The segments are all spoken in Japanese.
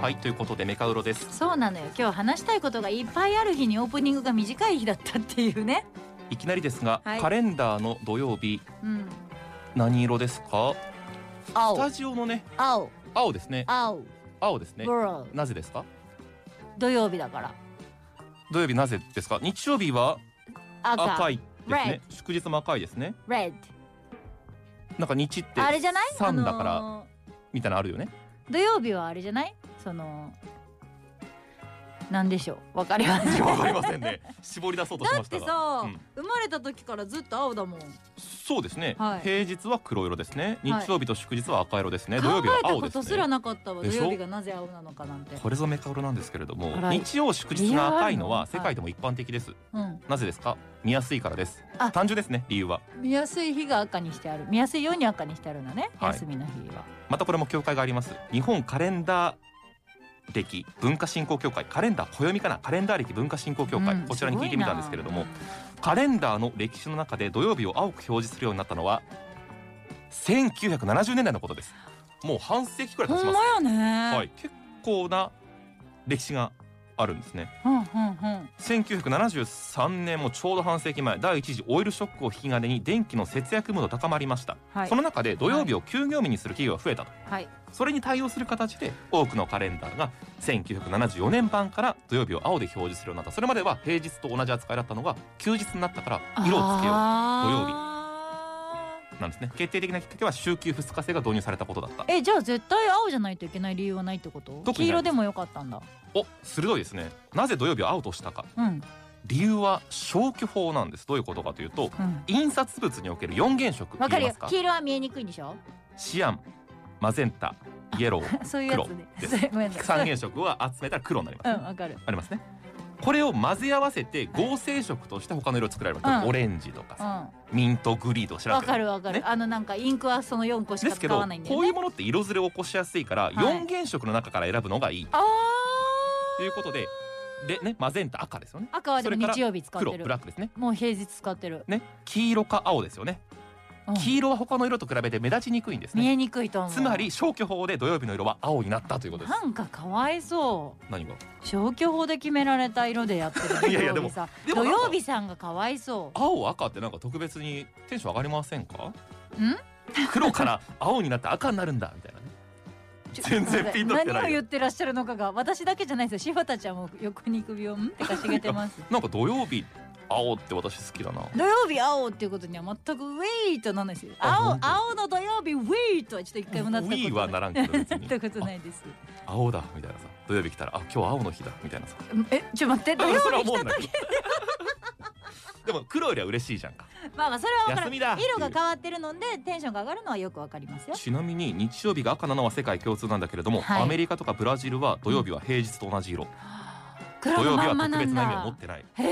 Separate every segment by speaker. Speaker 1: はいということでメカウロです
Speaker 2: そうなのよ今日話したいことがいっぱいある日にオープニングが短い日だったっていうね
Speaker 1: いきなりですが、
Speaker 2: はい
Speaker 1: カレンダーの土曜日
Speaker 2: うん
Speaker 1: 何色ですかス
Speaker 2: 青
Speaker 1: タジオのね
Speaker 2: 青
Speaker 1: 青ですね
Speaker 2: 青
Speaker 1: 青ですね
Speaker 2: ブロー
Speaker 1: なぜですか
Speaker 2: 土曜日だから
Speaker 1: 土曜日なぜですか日曜日は
Speaker 2: 赤
Speaker 1: 赤いですね祝日も赤いですね
Speaker 2: red
Speaker 1: なんか日って
Speaker 2: あれじゃない
Speaker 1: 三だから、
Speaker 2: あの
Speaker 1: みたいなのあるよね
Speaker 2: ー土曜日はあれじゃないそのなんでしょうわかります
Speaker 1: いやわかりませんね絞り出そうとし
Speaker 2: だ
Speaker 1: ま
Speaker 2: っ
Speaker 1: した
Speaker 2: て
Speaker 1: が
Speaker 2: さ、
Speaker 1: うん
Speaker 2: 生まれた時からずっと青だもん考
Speaker 1: そうですね、
Speaker 2: はい
Speaker 1: 平日は黒色ですね日
Speaker 2: はい
Speaker 1: 曜日と祝日は赤色ですね、
Speaker 2: え
Speaker 1: 土曜日は
Speaker 2: た
Speaker 1: 青
Speaker 2: こ
Speaker 1: です
Speaker 2: と
Speaker 1: ね
Speaker 2: すらなかったわ
Speaker 1: で
Speaker 2: 土
Speaker 1: しょ
Speaker 2: 曜日がなぜ青なのかなんて
Speaker 1: これぞメカウロなんですけれども
Speaker 2: あら
Speaker 1: 日曜祝日が赤いのは
Speaker 2: 理由あるの
Speaker 1: 世界でも一般的です、
Speaker 2: うん
Speaker 1: なぜですか見やすいからです
Speaker 2: あ
Speaker 1: 単純ですね理由は
Speaker 2: 見やすい日が赤にしてある見やすいように赤にしてあるのね、
Speaker 1: はい
Speaker 2: 休みの日は
Speaker 1: またこれも協会があります日本カレンダー歴文化振興協会カレンダー暦かなカレンダー歴文化振興協会、
Speaker 2: うん
Speaker 1: こちらに聞いてみたんですけれども
Speaker 2: すごいな
Speaker 1: カレンダーの歴史の中で土曜日を青く表示するようになったのは1970年代のことですもう半世紀くらい経ち
Speaker 2: ほん
Speaker 1: ます
Speaker 2: まやね、
Speaker 1: はい、結構な歴史があるんですね
Speaker 2: うんうんうん
Speaker 1: 1973年もちょうど半世紀前第一次オイルショックを引き金に電気の節約ムード高まりました、
Speaker 2: はい
Speaker 1: その中で土曜日を休業日にする企業が増えたと、
Speaker 2: はい
Speaker 1: それに対応する形で多くのカレンダーが1974年版から土曜日を青で表示するようになったそれまでは平日と同じ扱いだったのが休日になったから色をつけよ
Speaker 2: あー
Speaker 1: うなんですね決定的なきっかけは週休2日制が導入されたことだった
Speaker 2: えじゃあ絶対青じゃないといけない理由はないってこと
Speaker 1: 特
Speaker 2: 黄
Speaker 1: にない
Speaker 2: 色でもよかったんだ
Speaker 1: お鋭いですねなぜ土曜日を青としたか
Speaker 2: うん
Speaker 1: 理由は消去法なんですどういうことかというと
Speaker 2: うん
Speaker 1: 印刷物における4原色
Speaker 2: わか
Speaker 1: 言え
Speaker 2: る
Speaker 1: ま
Speaker 2: よ
Speaker 1: すか
Speaker 2: 黄色は見えにくいんでしょ
Speaker 1: シアンマゼンタイエロー
Speaker 2: そういうやつ
Speaker 1: 黒
Speaker 2: ねごめんな
Speaker 1: 三
Speaker 2: さい
Speaker 1: 原色は集めたら黒になります
Speaker 2: う
Speaker 1: ね、
Speaker 2: んわかる
Speaker 1: ありますねこれを混ぜ合わせて合成色として他の色を作られる、
Speaker 2: うん
Speaker 1: オレンジとか
Speaker 2: う
Speaker 1: さ、
Speaker 2: ん
Speaker 1: ミントグリーンとか知ら
Speaker 2: わ
Speaker 1: んけど
Speaker 2: かるわかる、
Speaker 1: ね
Speaker 2: あのなんかインクはその4個し
Speaker 1: で
Speaker 2: か
Speaker 1: すけ
Speaker 2: 使
Speaker 1: ど
Speaker 2: わないんだ
Speaker 1: こ
Speaker 2: よ
Speaker 1: うい
Speaker 2: ね
Speaker 1: うものって色ずれを起こしやすいから、
Speaker 2: い
Speaker 1: 四原色の中から選ぶのがいい
Speaker 2: あ
Speaker 1: ということででねマゼンタ赤ですよね
Speaker 2: あ赤はでも
Speaker 1: それから
Speaker 2: 日曜日使っ
Speaker 1: 黒
Speaker 2: て
Speaker 1: ブ
Speaker 2: る
Speaker 1: ラックですね
Speaker 2: もう平日使ってる、
Speaker 1: ね黄色か青ですよね、
Speaker 2: うん
Speaker 1: 黄色は他の色と比べて目立ちにくいんです
Speaker 2: 見
Speaker 1: ね
Speaker 2: えにくいと思う
Speaker 1: つまり消去法で土曜日の色は青になったということです
Speaker 2: なんかかわいそう
Speaker 1: 何が
Speaker 2: 消去法で決められた色でやってる
Speaker 1: いやいや
Speaker 2: 土曜日さん
Speaker 1: でも
Speaker 2: 土曜日さんがかわいそう
Speaker 1: 青赤ってなんか特別にテンション上がりませんか
Speaker 2: ん
Speaker 1: 黒から青になって赤になるんだみたいなね
Speaker 2: ちょ
Speaker 1: 全然ピンときて
Speaker 2: 何を
Speaker 1: ない
Speaker 2: 言
Speaker 1: よ
Speaker 2: ってらっしゃるのかが私だけじゃないですよ柴田ちゃんも横に首をんってかしげてます
Speaker 1: なんか土曜日青って私好きだな
Speaker 2: 土曜日青っていうことには全くウェイとなんないですよ青
Speaker 1: あ本当
Speaker 2: 青の土曜日ウェイとはちょっと一回もなったことない
Speaker 1: ウィーはならんけど別に
Speaker 2: なったことないです
Speaker 1: 青だみたいなさ土曜日来たらあ今日青の日だみたいなさ
Speaker 2: えちょっと待って土曜
Speaker 1: それは
Speaker 2: 日
Speaker 1: 思
Speaker 2: 来
Speaker 1: う
Speaker 2: た
Speaker 1: んだ
Speaker 2: 時
Speaker 1: けど でも黒よりは嬉しいじゃんか
Speaker 2: まあまあそれは分から
Speaker 1: 休みだっ
Speaker 2: ん
Speaker 1: ていう
Speaker 2: 色が変わってるのでテンションが上がるのはよくわかりますよ
Speaker 1: ちなみに日曜日が赤なのは世界共通なんだけれども、
Speaker 2: はい
Speaker 1: アメリカとかブラジルは土曜日は平日と同じ色
Speaker 2: 黒
Speaker 1: 土
Speaker 2: の
Speaker 1: 曜日
Speaker 2: ま
Speaker 1: は
Speaker 2: んま
Speaker 1: 特
Speaker 2: なん
Speaker 1: 別な意味を持
Speaker 2: だ
Speaker 1: ってない
Speaker 2: へ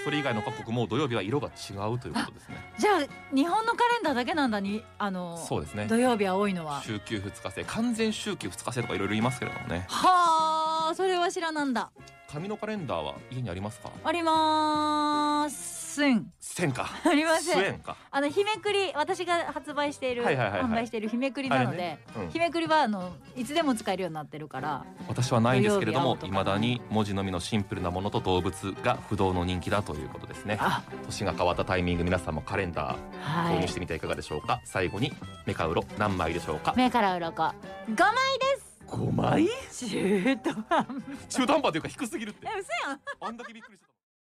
Speaker 2: え
Speaker 1: それ以外の各国も土曜日は色が違うということですね
Speaker 2: じゃあ日本のカレンダーだけなんだにあの
Speaker 1: そうですね
Speaker 2: 土曜日は多いのは
Speaker 1: 週休2日制完全週休2日制とかいろいろ言いますけれどもね
Speaker 2: はあそれは知らなんだ
Speaker 1: 紙のカレンダーは家にありますか
Speaker 2: ありまーすん
Speaker 1: せんか
Speaker 2: ありま
Speaker 1: す
Speaker 2: せ
Speaker 1: え
Speaker 2: ん
Speaker 1: んか
Speaker 2: あの日めくり私が発売している、
Speaker 1: はいはいはいはい
Speaker 2: 販売している日めくりなので、
Speaker 1: うん
Speaker 2: 日めくりはあのいつでも使えるようになってるから
Speaker 1: 私はないんですけれども
Speaker 2: 土曜日青とか
Speaker 1: 未だに文字のみのシンプルなものと動物が不動の人気だということですね
Speaker 2: あ
Speaker 1: 年が変わったタイミング皆さんもカレンダー
Speaker 2: は
Speaker 1: 購入
Speaker 2: い
Speaker 1: してみてはいかがでしょうか、最後にメカウロ何枚でしょうか
Speaker 2: 目から鱗5枚
Speaker 1: 5枚
Speaker 2: 中途半端
Speaker 1: 中途半端というか低すぎるって
Speaker 2: え嘘やん
Speaker 1: あんだけびっくりした